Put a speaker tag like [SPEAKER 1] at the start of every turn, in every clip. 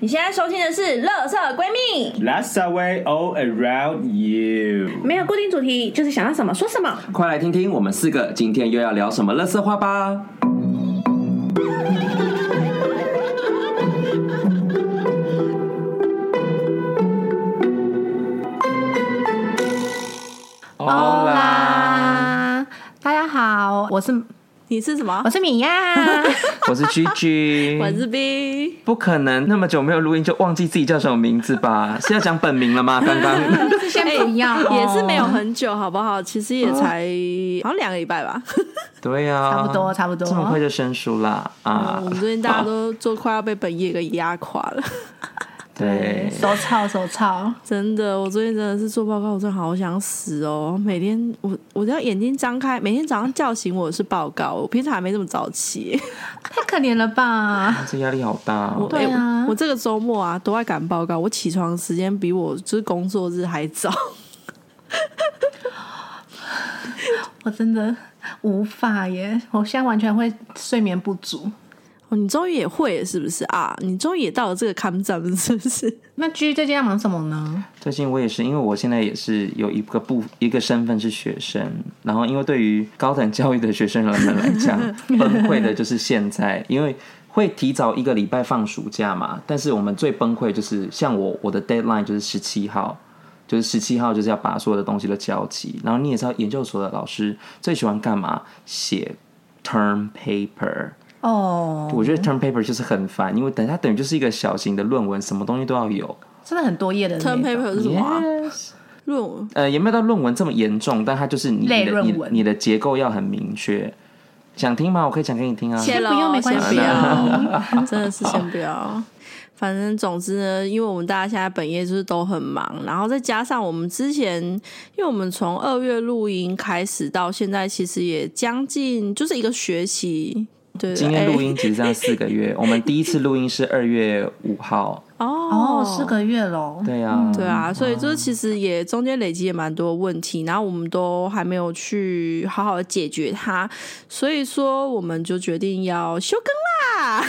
[SPEAKER 1] 你现在收听的是《乐色闺蜜》，
[SPEAKER 2] That's the way all around you。
[SPEAKER 1] 没有固定主题，就是想要什么说什么。
[SPEAKER 3] 快来听听我们四个今天又要聊什么乐色话吧！
[SPEAKER 4] 啦，大家好，我是
[SPEAKER 5] 你是什么
[SPEAKER 4] 哦我？是米 娅，
[SPEAKER 3] 我是 Gigi，
[SPEAKER 5] 我是 B，
[SPEAKER 3] 不可能那么久没有录音就忘记自己叫什么名字吧？是要讲本名了吗？刚刚
[SPEAKER 4] 先
[SPEAKER 5] 哎
[SPEAKER 4] 不要、
[SPEAKER 5] 也是没有很久，好不好？其实也才好像两个礼拜吧。
[SPEAKER 3] 对呀、
[SPEAKER 4] 差不多嗯差不多
[SPEAKER 3] 这么快就生疏啦啊！
[SPEAKER 5] 我们最近大家都都快要被本业给压垮了，
[SPEAKER 3] 对，
[SPEAKER 4] 手操手操，
[SPEAKER 5] 真的。我最近真的是做报告，我真的好想死哦！每天我我只要眼睛张开，每天早上叫醒我是报告，我平常还没这么早 起。
[SPEAKER 4] 太可怜了吧？
[SPEAKER 3] 这压力好大、哦。
[SPEAKER 4] 对啊
[SPEAKER 5] 哎我我这个周末啊都在赶报告，我起床时间比我就是工作日还早。
[SPEAKER 4] 我真的无法耶，我现在完全会睡眠不足。
[SPEAKER 5] 哦，你终于也会了是不是啊？你终于也到了这个坎站了是不 是？
[SPEAKER 4] 那 G 最近要忙什么呢？
[SPEAKER 3] 最近我也是，因为我现在也是有一个部一个身份是学生，然后因为对于高等教育的学生人们来讲，崩溃的就是现在，因为会提早一个礼拜放暑假嘛，但是我们最崩溃就是像我我的 deadline 就是十七号。就是十七号就是要把所有的东西都交齐，然后你也知道研究所的老师最喜欢干嘛？写 term paper，
[SPEAKER 4] 哦、
[SPEAKER 3] 我觉得 term paper 就是很烦，因为等它等于就是一个小型的论文，什么东西都要有。
[SPEAKER 4] 真的很多页的那
[SPEAKER 5] term
[SPEAKER 4] 种
[SPEAKER 5] paper 是什么、啊？论文
[SPEAKER 3] 呃，也没有到论文这么严重，但它就是你
[SPEAKER 4] 类
[SPEAKER 3] 你的
[SPEAKER 4] 论
[SPEAKER 3] 你
[SPEAKER 4] 文
[SPEAKER 3] 你的结构要很明确。想听吗？我可以讲给你听啊。
[SPEAKER 5] 先
[SPEAKER 4] 不用没关系
[SPEAKER 5] 啊，先不要 真的是先不要。反正总之呢，因为我们大家现在本业就是都很忙，然后再加上我们之前，因为我们从二月录音开始到现在，其实也将近就是一个学期。对，
[SPEAKER 3] 今天录
[SPEAKER 5] 哎
[SPEAKER 3] 音其实这样四个月，我们第一次录音是二月五号。
[SPEAKER 5] 哦
[SPEAKER 4] 哦，四个嗯月喽。
[SPEAKER 3] 对啊，
[SPEAKER 5] 对啊，所以就是其实也中间累积也蛮多问题，然后我们都还没有去好好的解决它，所以说我们就决定要休更啦，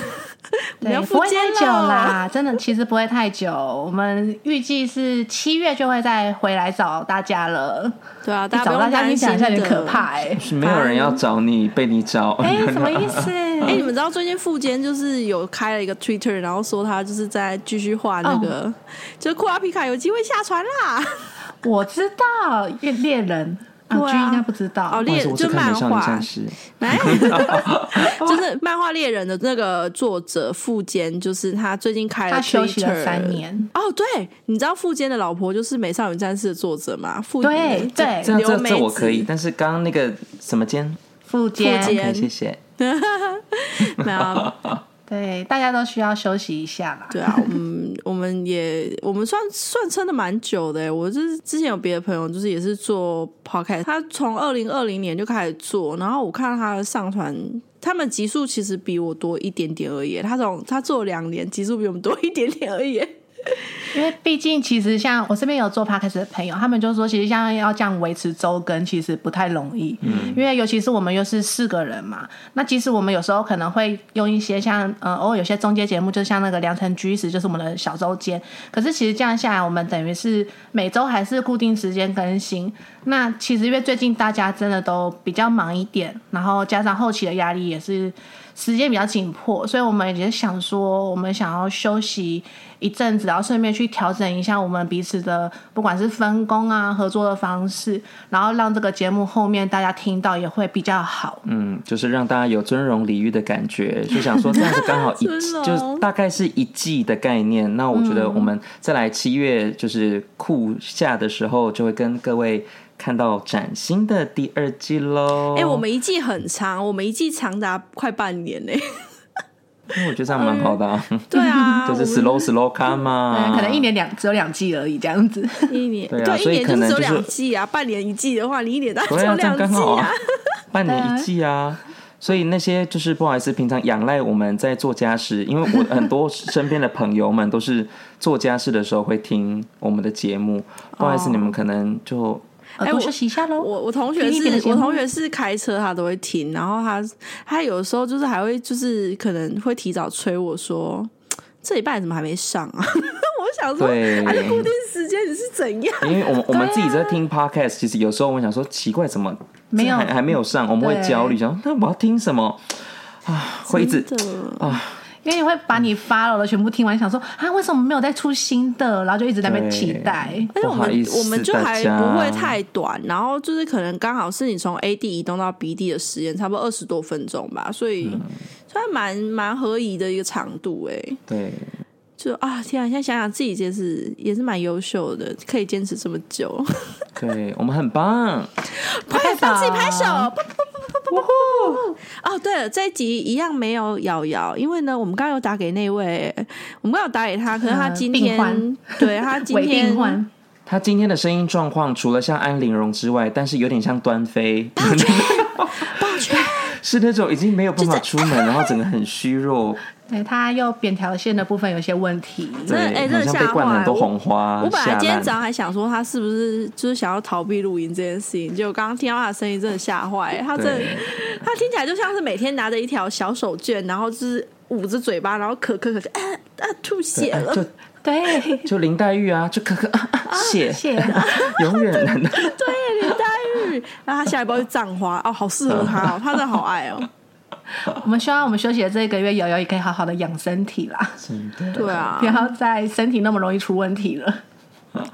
[SPEAKER 5] 我
[SPEAKER 4] 对
[SPEAKER 5] 们要，
[SPEAKER 4] 不
[SPEAKER 5] 复
[SPEAKER 4] 会
[SPEAKER 5] 健
[SPEAKER 4] 太久
[SPEAKER 5] 了。
[SPEAKER 4] 啦，真的，其实不会太久。我们预计是七月就会再回来找大家了。
[SPEAKER 5] 对啊，大家不
[SPEAKER 4] 找大
[SPEAKER 5] 用
[SPEAKER 4] 家
[SPEAKER 5] 担
[SPEAKER 4] 听起来
[SPEAKER 5] 心
[SPEAKER 4] 有点
[SPEAKER 5] 的
[SPEAKER 4] 可怕。哎、
[SPEAKER 3] 是没有人要找你，被你找。
[SPEAKER 4] 哎、什么意 思？
[SPEAKER 5] 哎、你们知道最近富坚就是有开了一个 Twitter，然后说他就是在继续画那个，
[SPEAKER 4] 嗯
[SPEAKER 5] 就是库拉皮卡有机会下船啦。
[SPEAKER 4] 我知道猎猎人，啊
[SPEAKER 5] 对啊
[SPEAKER 4] G 应该不知道。
[SPEAKER 5] 哦，
[SPEAKER 3] 不好意
[SPEAKER 5] 猎
[SPEAKER 3] 思我
[SPEAKER 5] 就
[SPEAKER 3] 只看
[SPEAKER 5] 漫
[SPEAKER 3] 美少女
[SPEAKER 5] 画
[SPEAKER 3] 战，士。
[SPEAKER 5] 哎 就是漫画猎人的那个作者富坚，就是他最近开了
[SPEAKER 4] 他
[SPEAKER 5] Twitter，
[SPEAKER 4] 休息了三。年。
[SPEAKER 5] 哦，对，你知道富坚的老婆就是《美少女战士》的作者吗？富
[SPEAKER 4] 对对
[SPEAKER 3] 这，样这
[SPEAKER 5] 刘梅
[SPEAKER 3] 这我可以，
[SPEAKER 5] 子
[SPEAKER 3] 但是刚刚那个什么间，
[SPEAKER 4] 复健
[SPEAKER 5] 复健
[SPEAKER 3] 哎，谢谢。
[SPEAKER 5] 没有啊，
[SPEAKER 4] 对，大家都需要休息一下啦。
[SPEAKER 5] 对啊， 我们我们也我们算算撑的蛮久的欸。我就是之前有别的朋友，就是也是做 podcast，他从二零二零年就开始做，然后我看他上传，他们集数其实比我多一点点而已。他从他做了两年，集数比我们多一点点而已。
[SPEAKER 4] 因为毕竟，其实像我身边有做 podcast 的朋友，他们就说，其实像要这样维持周更，其实不太容易。嗯，因为尤其是我们又是四个人嘛，那即使我们有时候可能会用一些像呃，偶尔有些中间节目，就像那个良辰居时，就是我们的小周间。可是其实这样下来，我们等于是每周还是固定时间更新。那其实因为最近大家真的都比较忙一点，然后加上后期的压力也是时间比较紧迫，所以我们也想说，我们想要休息一阵子，然后顺便去调整一下我们彼此的，不管是分工啊、合作的方式，然后让这个节目后面大家听到也会比较好。
[SPEAKER 3] 嗯，就是让大家有尊荣礼遇的感 觉，就想说这样子刚好一
[SPEAKER 5] 尊荣
[SPEAKER 3] 就大概是一季的概念。那我觉得我们再来七月就是酷夏的时候，就会跟各位看到崭新的第二季喽。
[SPEAKER 5] 哎、我们一季很长，我们一季长达快半年 呢。
[SPEAKER 3] 因哎为我觉得这样蛮好的、啊，
[SPEAKER 5] 对 啊，
[SPEAKER 3] 就
[SPEAKER 5] 我
[SPEAKER 3] 是啊 slow
[SPEAKER 5] 们
[SPEAKER 3] slow 看嘛
[SPEAKER 4] 嗯，，可能一年两只有两季而已，这样子。
[SPEAKER 5] 一年，
[SPEAKER 3] 对啊
[SPEAKER 5] 对，一
[SPEAKER 3] 所以
[SPEAKER 5] 年
[SPEAKER 3] 可
[SPEAKER 5] 就是
[SPEAKER 3] 能
[SPEAKER 5] 只有
[SPEAKER 3] 就是
[SPEAKER 5] 两季啊，半年一季的话，你一年 当然
[SPEAKER 3] 对
[SPEAKER 5] 只有
[SPEAKER 3] 啊，这样
[SPEAKER 5] 两
[SPEAKER 3] 刚
[SPEAKER 5] 季
[SPEAKER 3] 好
[SPEAKER 5] 啊
[SPEAKER 3] 啊。，半年一季啊。所以那些就是不好意思，平常仰赖我们在做家事，因为我很多身边的朋友们都是做家事的时候会听我们的节目，不
[SPEAKER 5] 哦
[SPEAKER 3] 好意思，你们可能就
[SPEAKER 4] 耳哦朵休息一下喽。
[SPEAKER 5] 哎我我同学
[SPEAKER 4] 听一
[SPEAKER 5] 是
[SPEAKER 4] 点的节
[SPEAKER 5] 我
[SPEAKER 4] 目
[SPEAKER 5] 同学是开车，他都会听，然后他他有时候就是还会就是可能会提早催我说。这礼拜怎么还没上啊？ 我想说，
[SPEAKER 3] 对
[SPEAKER 5] 还是固定时间你是怎样？
[SPEAKER 3] 因为我们我们自己在听 podcast，其实有时候我们想说奇怪，怎么
[SPEAKER 4] 没有
[SPEAKER 3] 这还还没有上，我们会
[SPEAKER 4] 对
[SPEAKER 3] 焦虑，想说那我要听什么啊？会一直哦
[SPEAKER 5] 真的
[SPEAKER 4] 因为你会把你 follow 的全部听完，想说啊，为什么没有再出新的？然后就一直在那边期待。
[SPEAKER 5] 而哎且我
[SPEAKER 3] 不好意
[SPEAKER 5] 们
[SPEAKER 3] 思
[SPEAKER 5] 我们就还
[SPEAKER 3] 大家
[SPEAKER 5] 不会太短，然后就是可能刚好是你从 A D 移动到 B D 的时间，差不多二十多分钟吧，所以
[SPEAKER 3] 嗯
[SPEAKER 5] 算蛮蛮合宜的一个长度哎、
[SPEAKER 3] 对，
[SPEAKER 5] 就啊天啊，现在想想自己也是也是蛮优秀的，可以坚持这么久，
[SPEAKER 3] 对我们很棒，
[SPEAKER 5] 快帮自己拍手！
[SPEAKER 4] 拍
[SPEAKER 5] 不不不不不不！哦，对了，这一集一样没有瑶瑶，因为呢，我们刚刚有打给那位，我们刚刚有打给他，可是他
[SPEAKER 4] 嗯
[SPEAKER 5] 今
[SPEAKER 4] 病
[SPEAKER 5] 天，
[SPEAKER 4] 患
[SPEAKER 5] 对他今
[SPEAKER 4] 伪
[SPEAKER 5] 天
[SPEAKER 4] 病患，
[SPEAKER 3] 他今天的声音状况除了像安陵容之外，但是有点像端妃，是那种已经没有办法出门，然后整个很虚弱，
[SPEAKER 4] 对，他又扁条线的部分有一些问题。
[SPEAKER 5] 真
[SPEAKER 3] 对，
[SPEAKER 5] 的哎真的
[SPEAKER 3] 好像
[SPEAKER 5] 吓
[SPEAKER 3] 被灌了
[SPEAKER 5] 坏
[SPEAKER 3] 很多
[SPEAKER 5] 我
[SPEAKER 3] 红花。
[SPEAKER 5] 我本来
[SPEAKER 3] 吓
[SPEAKER 5] 今天
[SPEAKER 3] 烂
[SPEAKER 5] 早上还想说他是不是就是想要逃避录音这件事情，结果刚刚听到他的声音真的吓坏，他真的
[SPEAKER 3] 对
[SPEAKER 5] 他听起来就像是每天拿着一条小手绢，然后就是捂着嘴巴，然后咳咳咳咳，啊啊吐血
[SPEAKER 3] 哎
[SPEAKER 5] 了，
[SPEAKER 3] 就
[SPEAKER 4] 对，
[SPEAKER 3] 就林黛玉啊，就可 可啊啊谢
[SPEAKER 4] 谢谢。
[SPEAKER 3] 永远
[SPEAKER 4] 哎
[SPEAKER 5] 对林黛玉，然后他下一包是葬花，哦，好适合 他哦，他真的好爱哦，
[SPEAKER 4] 我们希望我们休息的这一个月，瑶瑶也可以好好的养身体啦，
[SPEAKER 3] 真的
[SPEAKER 5] 对啊
[SPEAKER 4] 不，要再身体那么容易出问题了。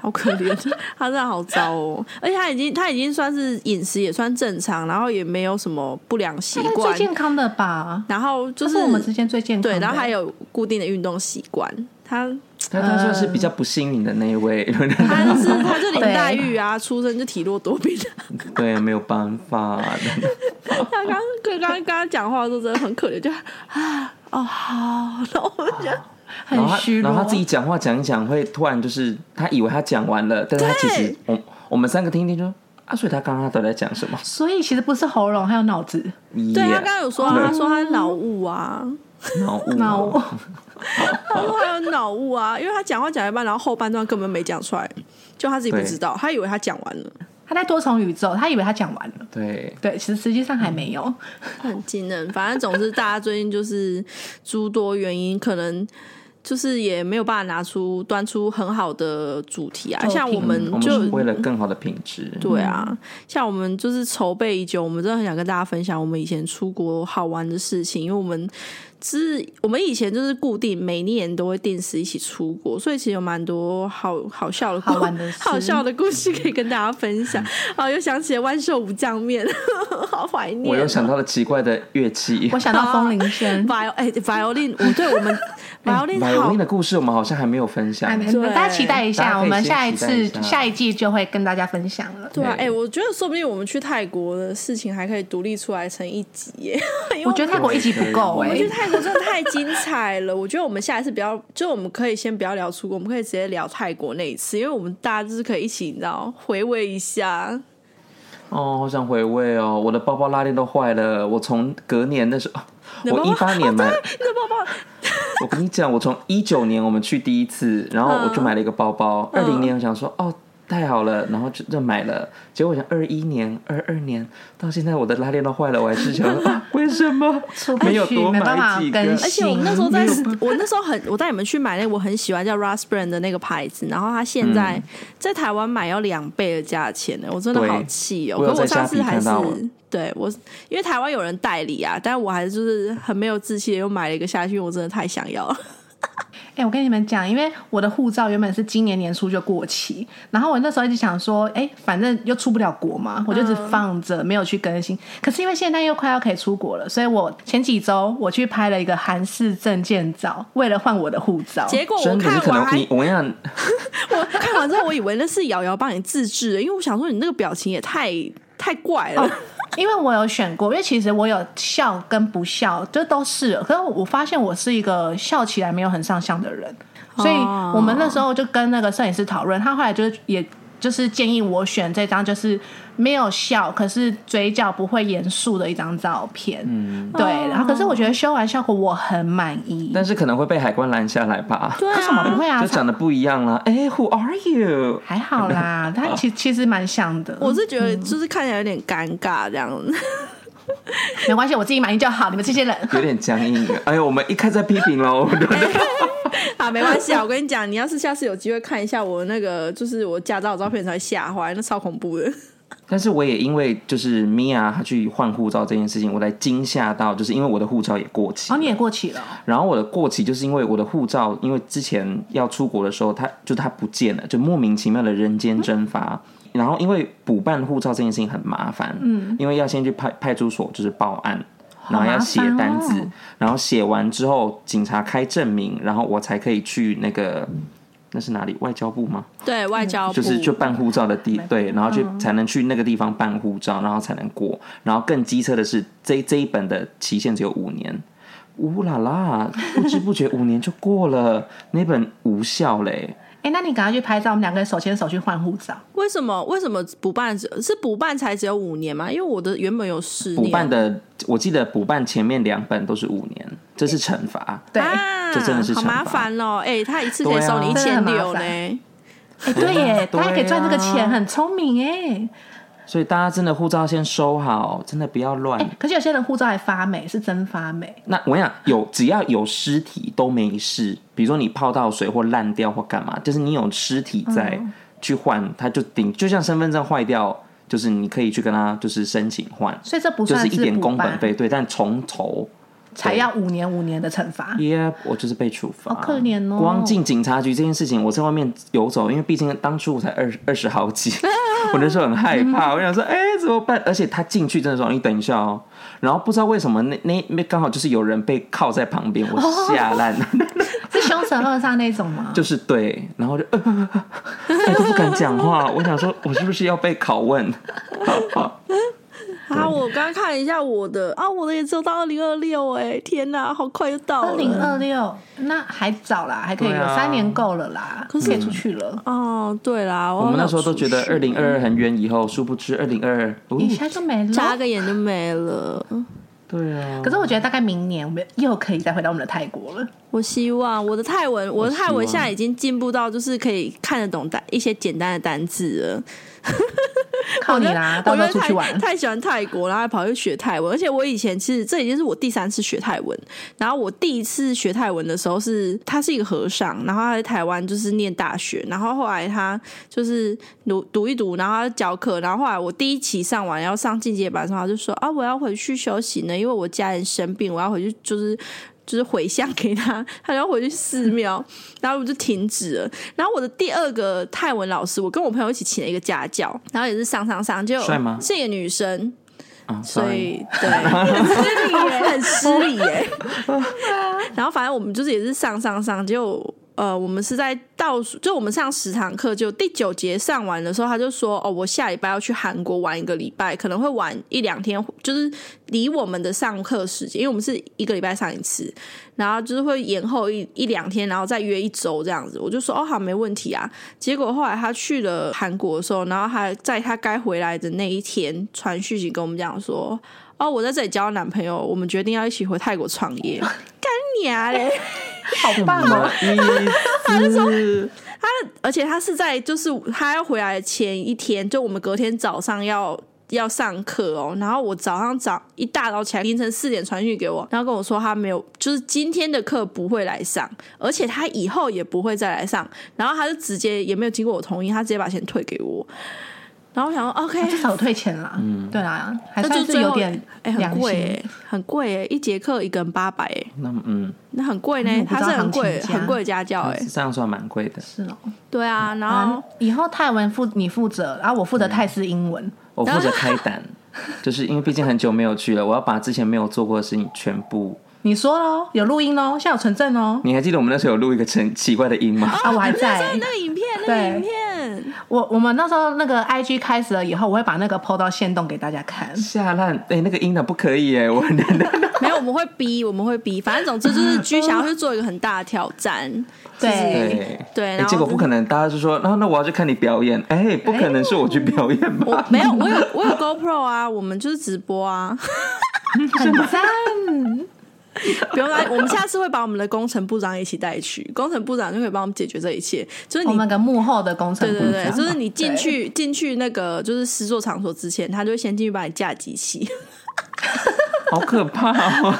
[SPEAKER 5] 好可怜， 他真的好糟哦，而且他已经他已经算是饮食也算正常，然后也没有什么不良习
[SPEAKER 4] 他是最
[SPEAKER 5] 惯，
[SPEAKER 4] 健康的吧？
[SPEAKER 5] 然后就
[SPEAKER 4] 这
[SPEAKER 5] 是
[SPEAKER 4] 是我们之间最健康的。
[SPEAKER 5] 对，然后还有固定的运动习惯， 他。
[SPEAKER 3] 他他算是比较不幸运的那一位，
[SPEAKER 5] 他就是他就林黛玉啊，出生就体弱多病。 啊
[SPEAKER 3] 对，没有办法，
[SPEAKER 5] 他刚刚刚刚刚讲话的时候真的很可怜，就 啊哦好，然后我就觉得
[SPEAKER 3] 然后
[SPEAKER 4] 很
[SPEAKER 3] 他
[SPEAKER 4] 虚弱，
[SPEAKER 3] 然后他自己讲话讲一讲，会突然就是他以为他讲完了，但是他其实我我们三个听一听就啊，所以他刚刚到底在讲什么？
[SPEAKER 4] 所以其实不是喉咙，还有脑 子。
[SPEAKER 5] 对他
[SPEAKER 3] Yeah，
[SPEAKER 5] 刚刚有说啊，他说他脑雾啊，
[SPEAKER 3] 脑雾
[SPEAKER 4] 脑雾
[SPEAKER 3] 啊，
[SPEAKER 5] 他说他有脑雾啊，因为他讲话讲一半，然后后半段根本没讲出来，就他自己不
[SPEAKER 3] 对
[SPEAKER 5] 知道，他以为他讲完了，
[SPEAKER 4] 他在多重宇宙，他以为他讲完了，
[SPEAKER 3] 对，
[SPEAKER 4] 对，其实实际上还没
[SPEAKER 5] 嗯
[SPEAKER 4] 有。
[SPEAKER 5] 很惊人。反正总之大家最近就是诸多原因，可能。 就是也没有办法拿出端出很好的主题啊，
[SPEAKER 4] 作品
[SPEAKER 5] 像我们
[SPEAKER 3] 嗯我们
[SPEAKER 5] 就是
[SPEAKER 3] 为了更好的品质，
[SPEAKER 5] 对啊，像我们就是筹备已久，我们真的很想跟大家分享我们以前出国好玩的事情，因为我们是，我们以前就是固定每年都会定时一起出国，所以其实有蛮多好好笑的故
[SPEAKER 4] 好玩的事
[SPEAKER 5] 好笑的故事可以跟大家分享。哦，又想起了万寿无酱面， 好怀念
[SPEAKER 3] 我
[SPEAKER 5] 哦。，
[SPEAKER 3] 又想到了奇怪的乐器
[SPEAKER 4] 我。想到风铃轩
[SPEAKER 5] viol 哎 violin，我对我们 violin
[SPEAKER 3] 百
[SPEAKER 5] 好
[SPEAKER 3] 灵的故事我们好像还没有分享
[SPEAKER 4] 哎，没
[SPEAKER 5] 对
[SPEAKER 4] 大家期待一
[SPEAKER 3] 大家
[SPEAKER 4] 下，
[SPEAKER 3] 可以
[SPEAKER 4] 我们下
[SPEAKER 3] 先
[SPEAKER 4] 一
[SPEAKER 3] 期
[SPEAKER 4] 次
[SPEAKER 3] 待一下
[SPEAKER 4] 下一季就会跟大家分享了。
[SPEAKER 5] 对啊，哎、
[SPEAKER 3] 对
[SPEAKER 5] 我觉得说不定我们去泰国的事情还可以独立出来成一集耶。
[SPEAKER 4] 我觉得泰国一集不够哎
[SPEAKER 5] 我觉，得泰国真的太精彩了。我觉得我们下一次不要，就我们可以先不要聊出国，我们可以直接聊泰国那一次，因为我们大家就是可以一起，你知道，回味一下。
[SPEAKER 3] 哦，好想回味哦！我的包包拉链都坏了，我从隔年的时候，
[SPEAKER 5] 你的
[SPEAKER 3] 我
[SPEAKER 5] 包包
[SPEAKER 3] 一八年买，
[SPEAKER 5] 你的包包，
[SPEAKER 3] 我跟你讲，我从一九年我们去第一次，然后我
[SPEAKER 5] 嗯
[SPEAKER 3] 就买了一个包包。二零年我想说，哦，太好了，然后就就买了。结果我想二一年、二二年到现在，我的拉链都坏了，我还是想说，啊为什么
[SPEAKER 4] 出不
[SPEAKER 3] 没有
[SPEAKER 4] 去，
[SPEAKER 3] 多
[SPEAKER 4] 没办
[SPEAKER 3] 买
[SPEAKER 4] 法
[SPEAKER 3] 几
[SPEAKER 4] 更
[SPEAKER 3] 个？
[SPEAKER 5] 而且我
[SPEAKER 4] 新。
[SPEAKER 5] 那时候在，我那时候很，我带你们去买那个我很喜欢叫 Raspberry 的那个牌子，然后它现
[SPEAKER 3] 嗯
[SPEAKER 5] 在在台湾买要两倍的价钱呢，我真的
[SPEAKER 3] 对
[SPEAKER 5] 好气哦、
[SPEAKER 3] 我有
[SPEAKER 5] 可是我
[SPEAKER 3] 在
[SPEAKER 5] 上
[SPEAKER 3] 虾皮
[SPEAKER 5] 次还
[SPEAKER 3] 看
[SPEAKER 5] 是
[SPEAKER 3] 到了
[SPEAKER 5] 对我，因为台湾有人代理啊，但我还是就是很没有志气的又买了一个下去，因为我真的太想要了。
[SPEAKER 3] 哦
[SPEAKER 4] 哎、我跟你们讲，因为我的护照原本是今年年初就过期，然后我那时候一直想说，哎、反正又出不了国嘛，我就一直放着，没有去更新。可是因为现在又快要可以出国了，所以我前几周我去拍了一个韩式证件照，为了换我的护照。
[SPEAKER 5] 结果我
[SPEAKER 3] 真的，
[SPEAKER 5] 看
[SPEAKER 3] 你可
[SPEAKER 5] 完
[SPEAKER 3] 能
[SPEAKER 5] 还
[SPEAKER 3] 你我跟你讲，
[SPEAKER 5] 我看完之后，我以为那是瑶瑶帮你自制的，因为我想说你那个表情也太太怪了。
[SPEAKER 3] 哦
[SPEAKER 4] 因为我有选过，因为其实我有笑跟不笑，这都是。可是我发现我是一个笑起来没有很上相的人，所以我们那时候就跟那个摄影师讨论，他后来就是也就是建议我选这张就是没有笑，可是嘴角不会严肃的一张照片。嗯，对。然后可是我觉得修完效果我很满意。
[SPEAKER 3] 但是可能会被海关拦下来吧？
[SPEAKER 5] 对
[SPEAKER 4] 为什么不会啊
[SPEAKER 3] 就？长得不一样啦。哎，Who are you？
[SPEAKER 4] 还好
[SPEAKER 3] 啊
[SPEAKER 4] 啦，他其其实蛮像的。
[SPEAKER 5] 我是觉得就是看起来有点尴尬这样。
[SPEAKER 4] 没关系，我自己满意就好。你们这些人，
[SPEAKER 3] 有点僵硬。 哎呦，我们一开始在批评喽，
[SPEAKER 5] 哎啊，没关系 啊，我跟你讲，你要是下次有机会看一下我那个，就是我驾照的照片，你才会吓坏，那超恐怖的。
[SPEAKER 3] 但是我也因为就是米娅她去换护照这件事情，我才惊吓到，就是因为我的护照也过期
[SPEAKER 4] 哦，，你也过期了哦。
[SPEAKER 3] 然后我的过期就是因为我的护照，因为之前要出国的时候，它就它不见了，就莫名其妙的人间蒸发。
[SPEAKER 4] 嗯
[SPEAKER 3] 然后因为补办护照这件事情很麻烦，嗯，因为要先去派派出所就是报案，然后要写单子，
[SPEAKER 4] 好麻烦哦
[SPEAKER 3] 然后写完之后警察开证明，然后我才可以去那个那是哪里外交部吗？
[SPEAKER 5] 对外交部
[SPEAKER 3] 就是去办护照嗯的地对，然后去才能去那个地方办护照，然后才能过。然后更机车的是，这这一本的期限只有五年，呜啦啦，不知不觉五年就过了， 那本无效嘞。
[SPEAKER 4] 哎、那你赶快去拍照，我们两个人手牵手去换护照。
[SPEAKER 5] 为什么为什么补办只是补办才只有五年吗？因为我的原本有十年
[SPEAKER 3] 补办的，我记得补办前面两本都是五年，这是惩罚。
[SPEAKER 4] 对，哎、
[SPEAKER 5] 啊，
[SPEAKER 3] 这真的是
[SPEAKER 5] 好
[SPEAKER 3] 惩罚
[SPEAKER 5] 麻烦哦。哎、他一次可以
[SPEAKER 3] 对啊
[SPEAKER 5] 收你一千
[SPEAKER 4] 真的
[SPEAKER 5] 六
[SPEAKER 4] 很麻
[SPEAKER 5] 呢
[SPEAKER 4] 烦。哎对耶，
[SPEAKER 3] 对啊
[SPEAKER 4] 他还可以赚这个钱，很聪明哎。
[SPEAKER 3] 所以大家真的护照先收好，真的不要乱。
[SPEAKER 4] 哎、可是有些人护照还发霉，是真发霉。
[SPEAKER 3] 那我跟你讲，有只要有尸体都没事，比如说你泡到水或烂掉或干嘛，就是你有尸体在
[SPEAKER 4] 嗯
[SPEAKER 3] 去换，它就顶，就像身份证坏掉，就是你可以去跟他就是申请换，
[SPEAKER 4] 所以这不
[SPEAKER 3] 就
[SPEAKER 4] 算
[SPEAKER 3] 一点
[SPEAKER 4] 补
[SPEAKER 3] 工本
[SPEAKER 4] 办，
[SPEAKER 3] 费，对，但从头。
[SPEAKER 4] 才要五年五年的惩罚。
[SPEAKER 3] 耶我就是被处罚，
[SPEAKER 4] 好可怜哦
[SPEAKER 3] 光进警察局这件事情，我在外面游走，因为毕竟当初我才二二十好 几，我那时候很害
[SPEAKER 4] 嗯
[SPEAKER 3] 怕，我想说，哎、怎么办？而且他进去真的说，你等一下哦。然后不知道为什么那那那刚好就是有人被靠在旁边，我
[SPEAKER 4] 哦
[SPEAKER 3] 吓烂，
[SPEAKER 4] 是凶神恶煞那种 吗？
[SPEAKER 3] 就是对，然后就、 呃呃呃呃都不敢讲话。我想说，我是不是要被拷问？
[SPEAKER 4] 哦
[SPEAKER 5] 啊，我刚看了一下我的啊，我的也只有到二零二六哎，天哪，好快就到
[SPEAKER 4] 二
[SPEAKER 5] 了。
[SPEAKER 4] 零二六，那还早啦，还可以
[SPEAKER 3] 对
[SPEAKER 4] 有
[SPEAKER 3] 啊
[SPEAKER 4] 三年够了啦，可是也出去了，
[SPEAKER 5] 哦，对啦，我
[SPEAKER 3] 我们那时候都觉得
[SPEAKER 5] 出去
[SPEAKER 3] 二零二二很远，以后殊不知二零二二， 哦
[SPEAKER 4] 一下就没
[SPEAKER 5] 眨
[SPEAKER 4] 了。
[SPEAKER 5] 个眼就没了。
[SPEAKER 3] 对啊
[SPEAKER 4] 可，是我觉得大概明年我们又可以再回到我们的泰国了。
[SPEAKER 5] 我希望我的泰文，我的
[SPEAKER 3] 希望
[SPEAKER 5] 泰文现在已经进步到就是可以看得懂单一些简单的单字了。
[SPEAKER 4] 靠你啦，啊到
[SPEAKER 5] 我
[SPEAKER 4] 时
[SPEAKER 5] 觉
[SPEAKER 4] 候
[SPEAKER 5] 得
[SPEAKER 4] 出去玩
[SPEAKER 5] 太。太喜欢泰国，然后还跑去学泰文。而且我以前其实这已经是我第三次学泰文。然后我第一次学泰文的时候是，他是一个和尚，然后他在台湾就是念大学，然后后来他就是读读一读，然后他教课，然后后来我第一期上完要上进阶班的时候，他就说啊，我要回去休息呢，因为我家人生病，我要回去就是。 就是回向给他， 他要回去寺庙，然后我就停止了。然后我的第二个泰文老师，我跟我朋友一起请了一个家教，然后也是上上上，就
[SPEAKER 3] 帅吗
[SPEAKER 5] 是一个女生，
[SPEAKER 3] 啊
[SPEAKER 5] 所
[SPEAKER 3] sorry
[SPEAKER 5] 以对， 很失礼耶。然后反正我们就是也是上上上，就呃，我们是在倒数，就我们上十堂课，就第九节上完的时候，他就说哦，我下礼拜要去韩国玩一个礼拜，可能会玩一两天，就是离我们的上课时间，因为我们是一个礼拜上一次，然后就是会延后一一两天，然后再约一周这样子。我就说哦好，没问题啊。结果后来他去了韩国的时候，然后他在他该回来的那一天传讯息跟我们讲说。哦，我在这里交男朋友，我们决定要一起回泰国创业。干你啊嘞！
[SPEAKER 3] 好棒哦！他就说
[SPEAKER 5] 而且他是在就是他要回来的前一天，就我们隔天早上要要上课哦。然后我早上早一大早起来，凌晨四点传讯给我，然后跟我说他没有，就是今天的课不会来上，而且他以后也不会再来上。然后他就直接也没有经过我同意，他直接把钱退给我。然后我想说，OK，哦
[SPEAKER 4] 嗯至少有退钱啦，对啦，还
[SPEAKER 5] 那就
[SPEAKER 4] 算是
[SPEAKER 5] 最
[SPEAKER 4] 有
[SPEAKER 5] 后
[SPEAKER 4] 点
[SPEAKER 5] 哎、
[SPEAKER 4] 良
[SPEAKER 5] 很贵、
[SPEAKER 4] 心。
[SPEAKER 5] 欸，很贵、欸，一节课一个人八百、欸，
[SPEAKER 3] 那嗯，
[SPEAKER 5] 那很贵呢、
[SPEAKER 4] 嗯我不
[SPEAKER 5] 他
[SPEAKER 4] 知道
[SPEAKER 5] 是
[SPEAKER 4] 行
[SPEAKER 5] 很
[SPEAKER 4] 情
[SPEAKER 5] 贵
[SPEAKER 4] 价嗯
[SPEAKER 5] 很贵的家教、欸，哎，
[SPEAKER 3] 这样算蛮贵的。
[SPEAKER 4] 是哦，
[SPEAKER 5] 对啊，然后
[SPEAKER 4] 啊，以后泰文负你负责，然后我负责泰式英文。
[SPEAKER 3] 我负责开 单，就是因为毕竟很久没有去了，我要把之前没有做过的事情全部。
[SPEAKER 4] 你说喽，有录音喽，现在有存证哦。
[SPEAKER 3] 你还记得我们那时候有录一个很奇怪的音吗？
[SPEAKER 5] 哦
[SPEAKER 4] 啊，我还在。
[SPEAKER 5] 那个影片，那个
[SPEAKER 4] 对
[SPEAKER 5] 影片。
[SPEAKER 4] 我我们那时候那个 IG 开始了以后，我会把那个 PO 到线动给大家看。
[SPEAKER 3] 下烂哎、那个音的不可以哎、我
[SPEAKER 5] 没有，我们会逼，我们会逼，反正总之就是居想要去做一个很大的挑战，
[SPEAKER 4] 对，
[SPEAKER 3] 对
[SPEAKER 5] 对
[SPEAKER 3] 哎
[SPEAKER 5] 然后
[SPEAKER 3] 结果不可能，大家就说，然后那我要去看你表演，哎、不可能是我去表演吧？
[SPEAKER 5] 哎我没有，我有我有 GoPro 啊，我们就是直播啊，
[SPEAKER 4] 很赞。
[SPEAKER 5] 不用来，我们下次会把我们的工程部长一起带去，工程部长就可以帮我们解决这一切，就是
[SPEAKER 4] 我
[SPEAKER 5] 你
[SPEAKER 4] 们。个幕后的工程
[SPEAKER 5] 对
[SPEAKER 4] 部
[SPEAKER 5] 对
[SPEAKER 4] 长，
[SPEAKER 5] 对，就是你进去进去那个就是施作场所之前，他就会先进去把你架机器，
[SPEAKER 3] 好可怕 哦！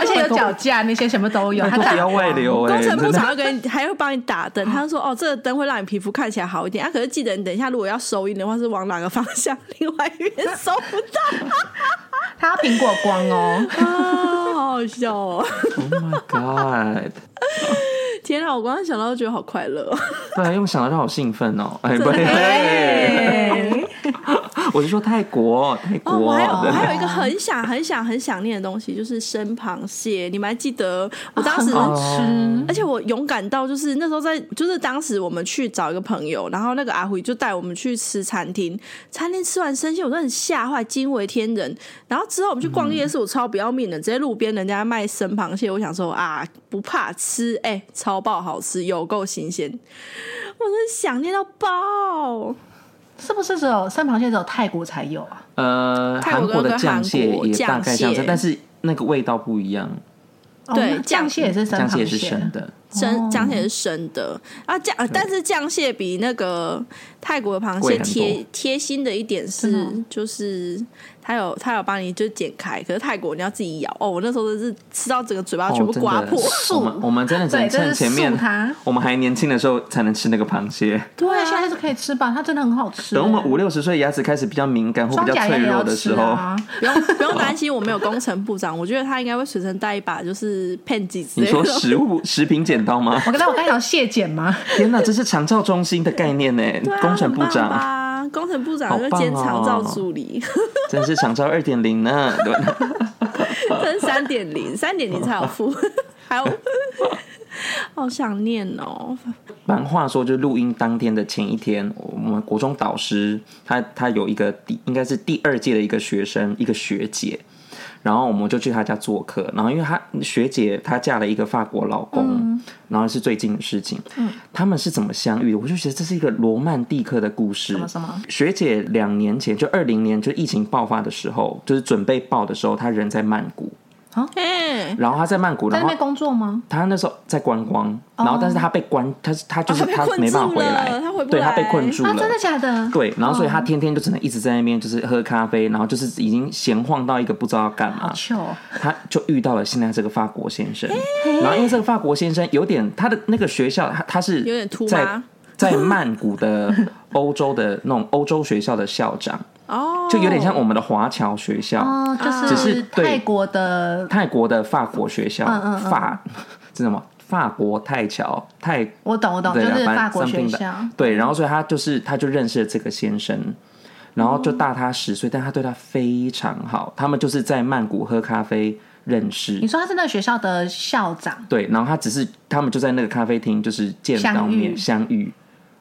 [SPEAKER 4] 而且有脚架那些什么都有，
[SPEAKER 3] 拜
[SPEAKER 4] 它
[SPEAKER 3] 托
[SPEAKER 4] 打
[SPEAKER 3] 不要外流哎、
[SPEAKER 5] 工程
[SPEAKER 3] 真
[SPEAKER 5] 部
[SPEAKER 3] 的。
[SPEAKER 5] 长要跟你，还会帮你打灯，他就说哦，这个灯会让你皮肤看起来好一点。啊，可是记得你等一下如果要收音的话，是往哪个方向？ 另外一边收不到，
[SPEAKER 4] 它要苹果光哦。
[SPEAKER 5] 啊，好好笑哦！
[SPEAKER 3] Oh my god！
[SPEAKER 5] 天啊，我刚刚想到就觉得好快乐、哦。
[SPEAKER 3] 对，因为想到就好兴奋哦。哎，不对，
[SPEAKER 4] 对，
[SPEAKER 3] 我是说泰国，泰
[SPEAKER 5] 哦，我
[SPEAKER 3] 国。
[SPEAKER 5] 还有我
[SPEAKER 3] 对
[SPEAKER 5] 还有一个很想很想很想念的东西，就是生螃蟹。你们还记得我当时
[SPEAKER 4] 好吃。
[SPEAKER 5] 而且我勇敢到，就是那时候在，就是当时我们去找一个朋友，然后那个阿辉就带我们去吃餐厅，餐厅吃完生鲜，我真的很吓坏，惊为天人。然后之后我们去逛夜市，我超不要命的，直接路边人家卖生螃蟹，我想说啊，不怕吃，哎、超爆好吃，有够新鲜，我真的想念到爆。
[SPEAKER 4] 是不是只有生螃蟹只有泰国才有啊？
[SPEAKER 3] 呃，
[SPEAKER 5] 泰
[SPEAKER 3] 韩
[SPEAKER 5] 国
[SPEAKER 3] 国
[SPEAKER 5] 跟
[SPEAKER 3] 的酱
[SPEAKER 5] 韩国
[SPEAKER 3] 蟹也
[SPEAKER 5] 酱
[SPEAKER 3] 大概像
[SPEAKER 5] 蟹
[SPEAKER 3] 这，但是那个味道不一样，
[SPEAKER 4] 哦
[SPEAKER 5] 对
[SPEAKER 4] 那酱蟹也是生
[SPEAKER 3] 酱蟹
[SPEAKER 4] 螃
[SPEAKER 3] 是生的。
[SPEAKER 4] 哦
[SPEAKER 5] 生酱蟹是生的啊，酱，呃但是酱蟹比那个泰国的螃
[SPEAKER 3] 贵
[SPEAKER 5] 蟹
[SPEAKER 3] 很
[SPEAKER 5] 贴
[SPEAKER 3] 多
[SPEAKER 5] 贴心的一点
[SPEAKER 4] 真的
[SPEAKER 5] 是
[SPEAKER 4] 哦，
[SPEAKER 5] 就是它有它有帮你就剪开，可是泰国你要自己咬哦。我那时候真是吃到整个嘴巴
[SPEAKER 3] 哦
[SPEAKER 5] 全部
[SPEAKER 3] 真的
[SPEAKER 5] 刮破，
[SPEAKER 3] 我们我们真的只能
[SPEAKER 4] 对这
[SPEAKER 3] 趁
[SPEAKER 4] 是
[SPEAKER 3] 前面
[SPEAKER 4] 素它
[SPEAKER 3] 我们还年轻的时候才能吃那个螃蟹，
[SPEAKER 4] 对啊，现在还是可以吃吧，它真的很好吃。
[SPEAKER 3] 等我们五六十岁牙齿开始比较敏感或
[SPEAKER 4] 装
[SPEAKER 3] 比较
[SPEAKER 4] 甲
[SPEAKER 3] 脆
[SPEAKER 4] 也
[SPEAKER 3] 弱
[SPEAKER 4] 要
[SPEAKER 3] 的
[SPEAKER 4] 吃
[SPEAKER 3] 时候，
[SPEAKER 4] 啊。
[SPEAKER 5] 不用不用担心，我没有工程部长，我觉得他应该会随身带一把就是片剂之
[SPEAKER 3] 你
[SPEAKER 5] 类的
[SPEAKER 3] 说。食物食品剪刀吗？
[SPEAKER 4] 我刚才我刚才有蟹剪吗？
[SPEAKER 3] 天哪，这是长照中心的概念呢！
[SPEAKER 5] 对啊
[SPEAKER 3] 工程部
[SPEAKER 5] 很棒
[SPEAKER 3] 长
[SPEAKER 5] 吧，工程部长
[SPEAKER 3] 好
[SPEAKER 5] 就
[SPEAKER 3] 棒
[SPEAKER 5] 兼长照
[SPEAKER 3] 哦
[SPEAKER 5] 助理，
[SPEAKER 3] 真是长照二点零呢。 对
[SPEAKER 5] 这是三点零，三点零才有付， 还有好想念哦，
[SPEAKER 3] 蛮话说，就录音当天的前一天，我们国中导师他他有一个第应该是第二届的一个学生，一个学姐，然后我们就去他家做客，然后因为他学姐她嫁了一个法国老公，
[SPEAKER 4] 嗯
[SPEAKER 3] 然后是最近的事情，他们是怎么相遇的？我就觉得这是一个罗曼蒂克的故事。
[SPEAKER 4] 什么什么
[SPEAKER 3] 学姐两年前就二零年就疫情爆发的时候，就是准备报的时候，她人在曼谷，
[SPEAKER 5] 哎，
[SPEAKER 3] 然后她在曼谷，
[SPEAKER 4] 在
[SPEAKER 3] 然
[SPEAKER 4] 那
[SPEAKER 3] 后
[SPEAKER 4] 边工作吗？
[SPEAKER 3] 他那时候在观光，然后但是他被关，他是他就是
[SPEAKER 5] 哦他被
[SPEAKER 3] 他
[SPEAKER 5] 困
[SPEAKER 3] 没办法
[SPEAKER 5] 住
[SPEAKER 3] 回
[SPEAKER 5] 了
[SPEAKER 3] 来，
[SPEAKER 5] 他回不
[SPEAKER 3] 对他被
[SPEAKER 5] 来
[SPEAKER 3] 困住
[SPEAKER 4] 啊，
[SPEAKER 3] 了，
[SPEAKER 4] 真的假的？
[SPEAKER 3] 对，然后所以他天天就只能一直在那边就是喝咖啡，然后就是已经闲晃到一个不知道要干嘛，
[SPEAKER 4] 糗，
[SPEAKER 3] 他就遇到了现在这个法国先生，然后因为这个法国先生有点他的那个学校，他他是
[SPEAKER 5] 有点秃
[SPEAKER 3] 在
[SPEAKER 5] 吗
[SPEAKER 3] 在曼谷的欧洲的那种 欧洲学校的校长，
[SPEAKER 5] 哦，
[SPEAKER 3] 就有点像我们的华侨学校，
[SPEAKER 4] 哦，就
[SPEAKER 3] 啊只
[SPEAKER 4] 是
[SPEAKER 3] 是对啊
[SPEAKER 4] 泰国的，
[SPEAKER 3] 泰国的法国学校，
[SPEAKER 4] 嗯嗯嗯
[SPEAKER 3] 法 这是什么？法国泰侨泰
[SPEAKER 4] 我懂我懂，就
[SPEAKER 3] 对，
[SPEAKER 4] 哦是
[SPEAKER 3] 反
[SPEAKER 4] 法
[SPEAKER 3] 正
[SPEAKER 4] 国学
[SPEAKER 3] something 的
[SPEAKER 4] 校。
[SPEAKER 3] 对，然后所以他就是他就认识了这个先生，然后就大他十岁，但他对他非常好。他们就是在曼谷喝咖啡认识
[SPEAKER 4] 你，说他是那个学校的校长，
[SPEAKER 3] 对，然后他只是他们就在那个咖啡厅就是见到面相遇，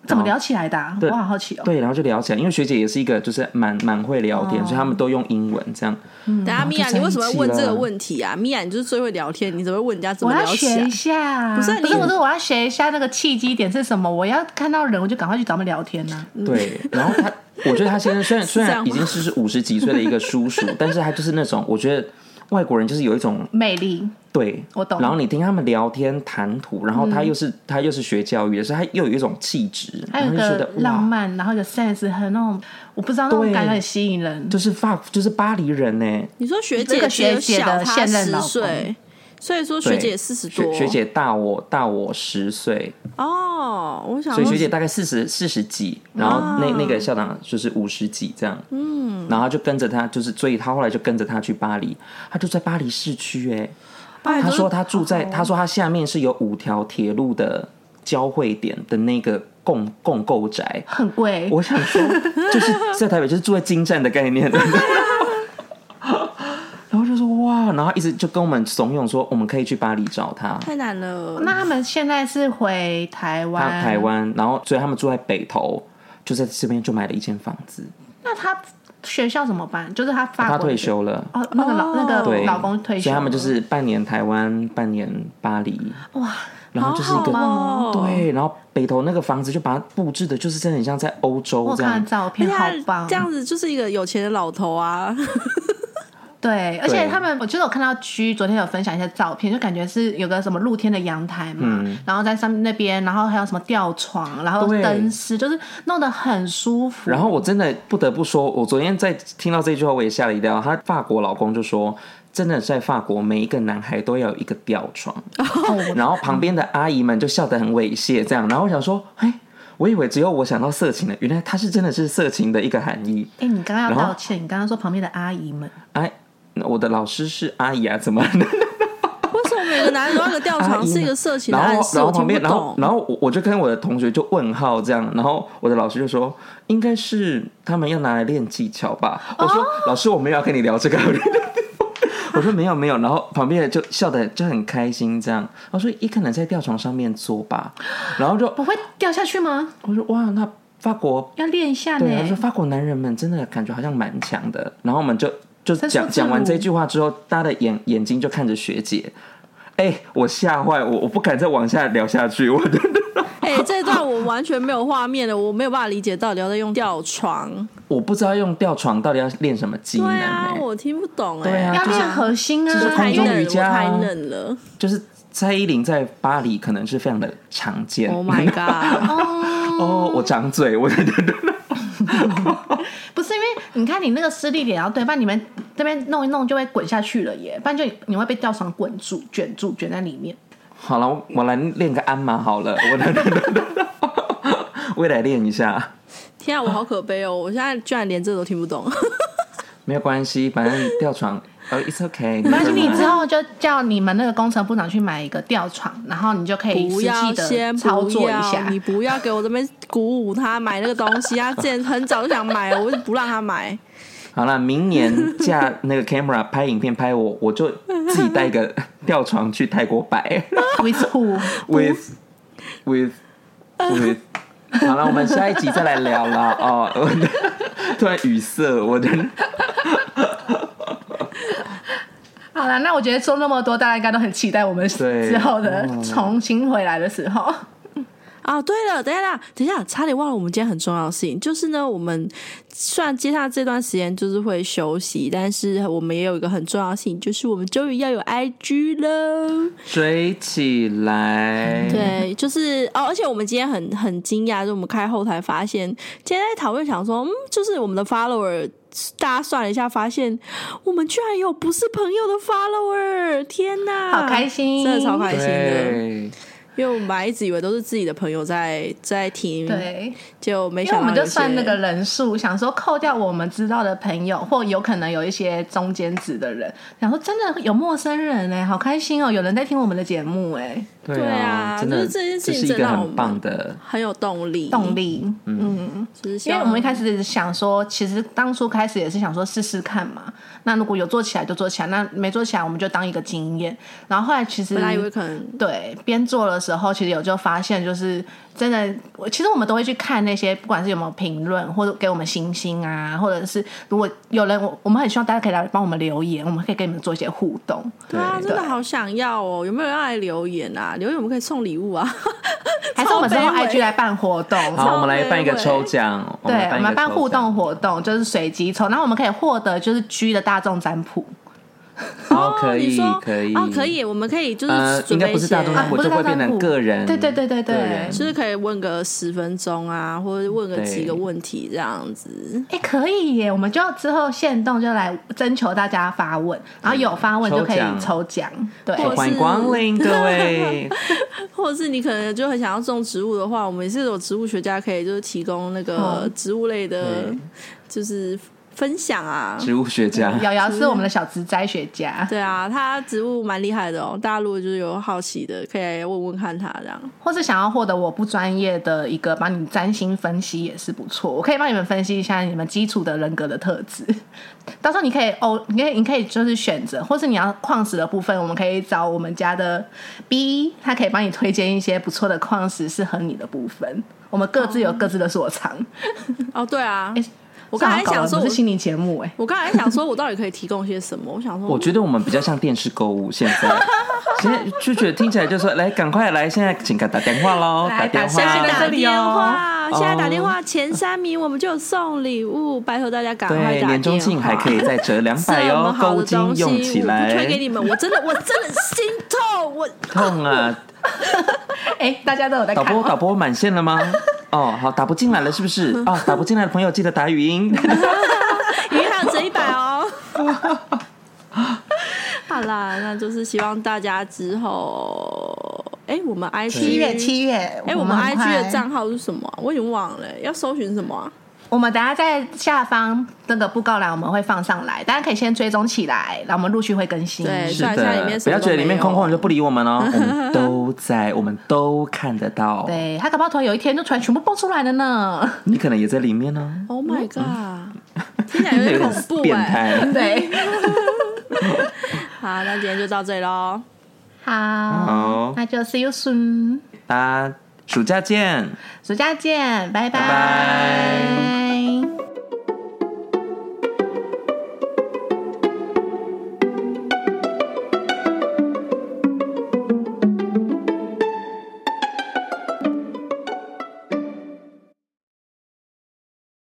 [SPEAKER 4] 怎么聊起来的、啊？我好好奇哦。
[SPEAKER 3] 哦对，然后就聊起来，因为学姐也是一个就是蛮蛮会聊天，所以他
[SPEAKER 4] 哦
[SPEAKER 3] 们都用英文这样。
[SPEAKER 4] 嗯
[SPEAKER 5] 等下，
[SPEAKER 3] 后
[SPEAKER 5] 米
[SPEAKER 3] 就
[SPEAKER 5] 娅，
[SPEAKER 3] 在
[SPEAKER 5] 你为
[SPEAKER 3] 一
[SPEAKER 5] 什么要
[SPEAKER 3] 起
[SPEAKER 5] 问这
[SPEAKER 3] 了
[SPEAKER 5] 个问题啊？米娅，你就是最会聊天，你怎么会问人家怎
[SPEAKER 4] 我
[SPEAKER 5] 么
[SPEAKER 4] 要
[SPEAKER 5] 聊起啊
[SPEAKER 4] 学一
[SPEAKER 5] 来？
[SPEAKER 4] 下，不
[SPEAKER 5] 是
[SPEAKER 3] 啊
[SPEAKER 4] 不
[SPEAKER 5] 你
[SPEAKER 4] 是，我说我要学一下那个契机点是什么？我要看到人，我就赶快去找他们聊天啊呢、
[SPEAKER 3] 对，然后他，我觉得他先生虽然虽
[SPEAKER 5] 这样
[SPEAKER 3] 然
[SPEAKER 5] 吗
[SPEAKER 3] 已经是是五十几岁的一个叔叔，但是他就是那种我觉得外国人就是有一种
[SPEAKER 4] 魅力，
[SPEAKER 3] 对，
[SPEAKER 4] 我懂嗯
[SPEAKER 3] 然后你听他们聊天谈吐，然后他又是、他又是学教育的，所以他又有一种气质，
[SPEAKER 4] 还有
[SPEAKER 3] 然
[SPEAKER 4] 一
[SPEAKER 3] 后就觉
[SPEAKER 4] 个
[SPEAKER 3] 得
[SPEAKER 4] 浪
[SPEAKER 3] 哇，
[SPEAKER 4] 漫，然后有 sense，很那种，我不知道那种
[SPEAKER 3] 对
[SPEAKER 4] 感觉很吸引人。
[SPEAKER 3] 就是法就是巴黎人呢。
[SPEAKER 5] 你说学
[SPEAKER 4] 这
[SPEAKER 5] 姐
[SPEAKER 4] 个
[SPEAKER 5] 只有
[SPEAKER 4] 学姐
[SPEAKER 5] 小
[SPEAKER 4] 的
[SPEAKER 5] 她
[SPEAKER 4] 现任
[SPEAKER 5] 10
[SPEAKER 4] 老公
[SPEAKER 5] 岁，所以说学
[SPEAKER 3] 对
[SPEAKER 5] 姐四十
[SPEAKER 3] 学
[SPEAKER 5] 多，
[SPEAKER 3] 学姐大我大我十岁，
[SPEAKER 5] 哦，我想
[SPEAKER 3] 所
[SPEAKER 5] 说
[SPEAKER 3] 以学姐大概四十四十几，然
[SPEAKER 4] 啊
[SPEAKER 3] 后那、那个校长就是五十几这样，嗯，然后就跟着他，就是所以他后来就跟着他去巴黎，他就在巴黎市区哎、
[SPEAKER 5] 拜
[SPEAKER 3] 他
[SPEAKER 5] 托
[SPEAKER 3] 说他住在，
[SPEAKER 4] 哦
[SPEAKER 3] 他说他下面是有五条铁路的交汇点的那个共共购宅。
[SPEAKER 4] 很贵，
[SPEAKER 3] 我想说，就是在台北，就是住在金站的概念。 然后就说哇，然后一直就跟我们怂恿说，我们可以去巴黎找他。
[SPEAKER 5] 太难了。
[SPEAKER 4] 那他们现在是回台
[SPEAKER 3] 他
[SPEAKER 4] 湾？
[SPEAKER 3] 台？湾，然后所以他们住在北投，就在这边就买了一间房子。
[SPEAKER 4] 那他学校怎么办？就是他法
[SPEAKER 3] 他
[SPEAKER 4] 国
[SPEAKER 3] 退休了，
[SPEAKER 4] 哦，那个老、那个
[SPEAKER 3] 对，
[SPEAKER 4] 老公退休了，
[SPEAKER 3] 所以他们就是半年台湾，半年巴黎。
[SPEAKER 4] 哇，
[SPEAKER 3] 然后就是一个
[SPEAKER 5] 好好哦
[SPEAKER 3] 对，然后北投那个房子就把它布置的，就是真的很像在欧
[SPEAKER 4] 我
[SPEAKER 3] 洲这
[SPEAKER 4] 看
[SPEAKER 3] 样
[SPEAKER 5] 哎
[SPEAKER 4] 了。照片，好
[SPEAKER 5] 而且
[SPEAKER 4] 棒，
[SPEAKER 5] 他这样子就是一个有钱的老头啊，
[SPEAKER 4] 对，而且
[SPEAKER 3] 对
[SPEAKER 4] 他们，我记得我看到区昨天有分享一些照片，就感觉是有个什么露天的阳台嘛，然后在上面那边，然后还有什么吊床，然后
[SPEAKER 3] 嗯对
[SPEAKER 4] 灯饰，就是弄得很舒服。
[SPEAKER 3] 然后我真的不得不说，我昨天在听到这句话，我也吓了一跳。她法国老公就说，真的在法国，每一个男孩都要有一个吊床，
[SPEAKER 4] 哦
[SPEAKER 3] 然后旁边的阿姨们就笑得很猥亵，这样。然后我想说，哎，我以为只有我想到色情的，原来它是真的是色情的一个含义。
[SPEAKER 4] 哎、你刚刚要
[SPEAKER 3] 然后
[SPEAKER 4] 道歉，你刚刚说旁边的阿姨们，
[SPEAKER 3] 哎，我的老师是阿姨啊，怎么？
[SPEAKER 5] 为什么每个男人都那个吊
[SPEAKER 3] 阿
[SPEAKER 5] 床
[SPEAKER 3] 姨
[SPEAKER 5] 是一
[SPEAKER 3] 呢
[SPEAKER 5] 个色情的
[SPEAKER 3] 然
[SPEAKER 5] 暗
[SPEAKER 3] 后，
[SPEAKER 5] 示？
[SPEAKER 3] 然后
[SPEAKER 5] 我听
[SPEAKER 3] 旁
[SPEAKER 5] 不
[SPEAKER 3] 边，然后，
[SPEAKER 5] 懂。
[SPEAKER 3] 然后我我就跟我的同学就问号这样，然后我的老师就说，应该是他们要拿来练技巧吧。我说，
[SPEAKER 5] 哦
[SPEAKER 3] 老师，我没有要跟你聊这个。 我说没有没有，然后旁边的就笑的就很开心这样。我说也可能在吊床上面做吧，然后就
[SPEAKER 4] 我会掉下去吗？
[SPEAKER 3] 我说哇，那法国
[SPEAKER 4] 要练一下
[SPEAKER 3] 对，他说
[SPEAKER 4] 呢。
[SPEAKER 3] 法国男人们真的感觉好像蛮强的。然后我们就就
[SPEAKER 4] 伸缩
[SPEAKER 3] 讲
[SPEAKER 4] 自如
[SPEAKER 3] 讲完这句话之后，大家的眼眼睛就看着学姐。哎、我吓坏，我我不敢再往下聊下去，我真的
[SPEAKER 5] 哎、这一段我完全没有画面了，我没有办法理解到底要在用吊床。
[SPEAKER 3] 我不知道用吊床到底要练什么技能、
[SPEAKER 5] 对
[SPEAKER 3] 哎
[SPEAKER 5] 啊，
[SPEAKER 4] 欸
[SPEAKER 5] 我听不懂哎、
[SPEAKER 3] 对啊
[SPEAKER 4] 要
[SPEAKER 3] 就是
[SPEAKER 4] 练核心
[SPEAKER 3] 就是
[SPEAKER 4] 啊！
[SPEAKER 5] 太
[SPEAKER 3] 空中
[SPEAKER 5] 嫩
[SPEAKER 3] 瑜
[SPEAKER 5] 了，
[SPEAKER 3] 伽
[SPEAKER 5] 我
[SPEAKER 3] 啊
[SPEAKER 5] 太嫩了。
[SPEAKER 3] 就是蔡依林在巴黎可能是非常的常见。
[SPEAKER 5] Oh my god！
[SPEAKER 3] 哦，我长嘴，我真的
[SPEAKER 4] 不是因为你看你那个施力点要对，不然你们这边弄一弄就会滚下去了耶，不然就你会被吊床滚住、卷住、卷在里 面。
[SPEAKER 3] 好了，我我来练个鞍马好了，我来，我也来练一下。
[SPEAKER 5] 天啊，我好可悲哦！我现在居然连这都听不懂。
[SPEAKER 3] 没有关系，反正吊床，哦、i t s okay。
[SPEAKER 4] 没关系，你之后就叫你们那个工程部长去买一个吊床，然后你就 可以
[SPEAKER 5] 不
[SPEAKER 4] 实
[SPEAKER 5] 要
[SPEAKER 4] 际
[SPEAKER 5] 先
[SPEAKER 4] 的
[SPEAKER 5] 不
[SPEAKER 4] 操作一
[SPEAKER 5] 要
[SPEAKER 4] 下
[SPEAKER 5] 你。 不要给我这边鼓舞他买那个东西。 他之前很早就想买了，我就不让他买。
[SPEAKER 3] 好啦，明年架那个 camera 拍影片拍我，我就自己带一个吊床去泰国摆
[SPEAKER 4] With who？
[SPEAKER 3] ，with with with。好 了，我们下一集再来聊啦。哦， 我突然语塞，我的
[SPEAKER 4] 好了，那我觉得说那么多，大家应该都很期待我们
[SPEAKER 3] 对
[SPEAKER 4] 之后的重新回来的时候。
[SPEAKER 5] 啊，对了，等一下，等一下，差点忘了我们今天很重要的事情，就是呢，我们虽然接下来这段时间就是会休息，但是我们也有一个很重要的事情，就是我们终于要有 IG 了。
[SPEAKER 3] 追起
[SPEAKER 4] 嗯
[SPEAKER 3] 来。，
[SPEAKER 5] 对，就是哦，而且我们今天很很惊讶，就我们开后台发现，今天在讨论想说，嗯，就是我们的 follower，大家算了一下，发现我们居然有不是朋友的 follower，天哪，
[SPEAKER 4] 好开心
[SPEAKER 5] 真的超开心的，
[SPEAKER 3] 对，
[SPEAKER 5] 因为我们本来一直以为都是自己的朋友在在听，，
[SPEAKER 4] 对，
[SPEAKER 5] 就没
[SPEAKER 4] 因为
[SPEAKER 5] 想
[SPEAKER 4] 我
[SPEAKER 5] 到
[SPEAKER 4] 们就
[SPEAKER 5] 有些
[SPEAKER 4] 算那个人数，想说扣掉我们知道的朋友，或有可能有一些中间值的人，然后真的有陌生人哎、好开心哦、有人在听我们的节目哎、
[SPEAKER 3] 对
[SPEAKER 5] 对
[SPEAKER 3] 啊，
[SPEAKER 5] 啊
[SPEAKER 3] 真
[SPEAKER 5] 就
[SPEAKER 3] 的，
[SPEAKER 5] 是这件事情
[SPEAKER 3] 是一
[SPEAKER 5] 真
[SPEAKER 3] 个
[SPEAKER 5] 让我
[SPEAKER 3] 很
[SPEAKER 5] 们
[SPEAKER 3] 棒的，
[SPEAKER 5] 很有动力，
[SPEAKER 4] 动力。
[SPEAKER 5] 嗯就是希
[SPEAKER 4] 因
[SPEAKER 5] 望
[SPEAKER 4] 为我们一开始想说，其实当初开始也是想说试试看嘛。那如果有做起来就做起来，那没做起来我们就当一个经验。然后后来其实
[SPEAKER 5] 本来以为可能
[SPEAKER 4] 对边做的时候，其实有就发现，就是真的，我其实我们都会去看那些，不管是有没有评论，或者给我们星星啊，或者是如果有人，我我们很希望大家可以来帮我们留言，我们可以跟你们做一些互动。
[SPEAKER 5] 对啊，真的好想要哦，有没有人要来留言啊？留言我们可以送礼物啊。
[SPEAKER 4] 还是我们之后
[SPEAKER 5] 超卑微
[SPEAKER 4] IG 来办活动，
[SPEAKER 3] 好，我们来办一个
[SPEAKER 5] 超
[SPEAKER 3] 抽
[SPEAKER 5] 美
[SPEAKER 3] 奖，
[SPEAKER 4] 对，我
[SPEAKER 3] 一
[SPEAKER 4] 们
[SPEAKER 3] 个
[SPEAKER 4] 办
[SPEAKER 3] 抽
[SPEAKER 4] 互
[SPEAKER 3] 奖
[SPEAKER 4] 动活动，就是随机抽，然后我们可以获得就是 G 的大众占卜。
[SPEAKER 3] 哦，可
[SPEAKER 5] 你
[SPEAKER 3] 以
[SPEAKER 5] 说，
[SPEAKER 3] 可以，
[SPEAKER 5] 哦，可。以，我们可以就是
[SPEAKER 3] 呃，应
[SPEAKER 5] 准
[SPEAKER 3] 该
[SPEAKER 5] 备
[SPEAKER 3] 不
[SPEAKER 5] 一
[SPEAKER 3] 是
[SPEAKER 5] 些，
[SPEAKER 3] 大众占
[SPEAKER 4] 啊
[SPEAKER 3] 卜，
[SPEAKER 4] 不
[SPEAKER 3] 就是会
[SPEAKER 4] 大
[SPEAKER 3] 变
[SPEAKER 4] 众
[SPEAKER 3] 成
[SPEAKER 4] 占卜
[SPEAKER 3] 个人。
[SPEAKER 4] 对对对对对
[SPEAKER 3] 个人
[SPEAKER 5] 就是可以问个十分钟啊，或者问个几个问题这样子。
[SPEAKER 4] 哎、可以耶！我们就之后限动就来征求大家发问，然后有发问就可以抽奖。对，
[SPEAKER 5] 或
[SPEAKER 3] 欢迎光临各位，
[SPEAKER 5] 或者是你可能就很想要种植物的话，我们也是有植物学家可以就是提供那个
[SPEAKER 4] 哦
[SPEAKER 5] 植物类的
[SPEAKER 3] 对，
[SPEAKER 5] 就是分享啊。
[SPEAKER 3] 植物学家。
[SPEAKER 4] 瑶瑶是我们的小植栽学家，
[SPEAKER 5] 对啊，他植物蛮厉害的哦。大家如果就是有好奇的，可以来问问看他这样。
[SPEAKER 4] 或是想要获得我不专业的一个帮你占星分析也是不错，我可以帮你们分析一下你们基础的人格的特质。 到时候你可以哦，你可以你可以就是选择，或是你要矿石的部分，我们可以找我们家的 B，他可以帮你推荐一些不错的矿石适合你的部分。我们各自有各自的所长。
[SPEAKER 5] 哦，对啊，
[SPEAKER 4] 诶
[SPEAKER 5] 我刚才
[SPEAKER 4] 搞
[SPEAKER 5] 想
[SPEAKER 4] 的
[SPEAKER 5] 说
[SPEAKER 4] 不
[SPEAKER 5] 我
[SPEAKER 4] 是心理节目哎、
[SPEAKER 5] 我刚才想说，我到底可以提供些什么？我想说，
[SPEAKER 3] 我觉得我们比较像电视购物，现 在现在就觉得听起来就说来，赶快来，现在请打打电话喽，
[SPEAKER 4] 来
[SPEAKER 3] 电
[SPEAKER 4] 打
[SPEAKER 3] 话
[SPEAKER 4] 现在
[SPEAKER 5] 打
[SPEAKER 4] 这里
[SPEAKER 5] 电话
[SPEAKER 3] 哦，
[SPEAKER 5] 现在打电话前三名我们就有送礼物，拜托大家赶快
[SPEAKER 3] 对，
[SPEAKER 5] 打
[SPEAKER 3] 年终
[SPEAKER 5] 电
[SPEAKER 3] 庆
[SPEAKER 5] 话。
[SPEAKER 3] 还可以再折两
[SPEAKER 5] 这
[SPEAKER 3] 百
[SPEAKER 5] 么
[SPEAKER 3] 哦，
[SPEAKER 5] 好
[SPEAKER 3] 购物
[SPEAKER 5] 的
[SPEAKER 3] 金
[SPEAKER 5] 东西，
[SPEAKER 3] 用起
[SPEAKER 5] 我不推给
[SPEAKER 3] 来，
[SPEAKER 5] 你们，我真的我真的心痛，我
[SPEAKER 3] 痛啊！
[SPEAKER 4] 哎、大家都有在
[SPEAKER 3] 导
[SPEAKER 4] 看
[SPEAKER 3] 播，
[SPEAKER 4] 哦，
[SPEAKER 3] 导播满线了吗？哦，好，打不进来了是不是？
[SPEAKER 5] 嗯
[SPEAKER 3] 哦，打不进来的朋友记得打语音。
[SPEAKER 5] 余杭折一百 哦。好啦，那就是希望大家之后，哎、我们 IG
[SPEAKER 4] 七月七月，
[SPEAKER 5] 哎、我
[SPEAKER 4] 我
[SPEAKER 5] 们
[SPEAKER 4] 很
[SPEAKER 5] IG 的
[SPEAKER 4] 快
[SPEAKER 5] 账号是什么啊、我已经忘了、要搜寻什么、啊？
[SPEAKER 4] 我们等下在下方那个布告栏我们会放上来，大家可以先追踪起来，然后我们陆续会更新。
[SPEAKER 5] 对
[SPEAKER 3] 是
[SPEAKER 5] 算一下里
[SPEAKER 3] 的
[SPEAKER 5] 面，
[SPEAKER 3] 不
[SPEAKER 5] 什么
[SPEAKER 3] 要觉得里面
[SPEAKER 5] 都没有
[SPEAKER 3] 空空的就不理我们 哦，我们都在，我们都看得到。
[SPEAKER 4] 对，他搞不好突然有一天就突然全部蹦出来了呢。
[SPEAKER 3] 你可能也在里面呢，
[SPEAKER 5] Oh my
[SPEAKER 4] 嗯
[SPEAKER 5] god！、听起来有
[SPEAKER 3] 有
[SPEAKER 5] 点
[SPEAKER 3] 点
[SPEAKER 5] 恐 怖
[SPEAKER 3] 变
[SPEAKER 5] 哎、
[SPEAKER 3] 态。
[SPEAKER 4] 对，
[SPEAKER 5] 好，那今天就到这里喽，
[SPEAKER 4] 好，
[SPEAKER 3] 好
[SPEAKER 4] 那就 see you soon，
[SPEAKER 3] 大家暑假见。
[SPEAKER 4] 暑假见，拜
[SPEAKER 3] 拜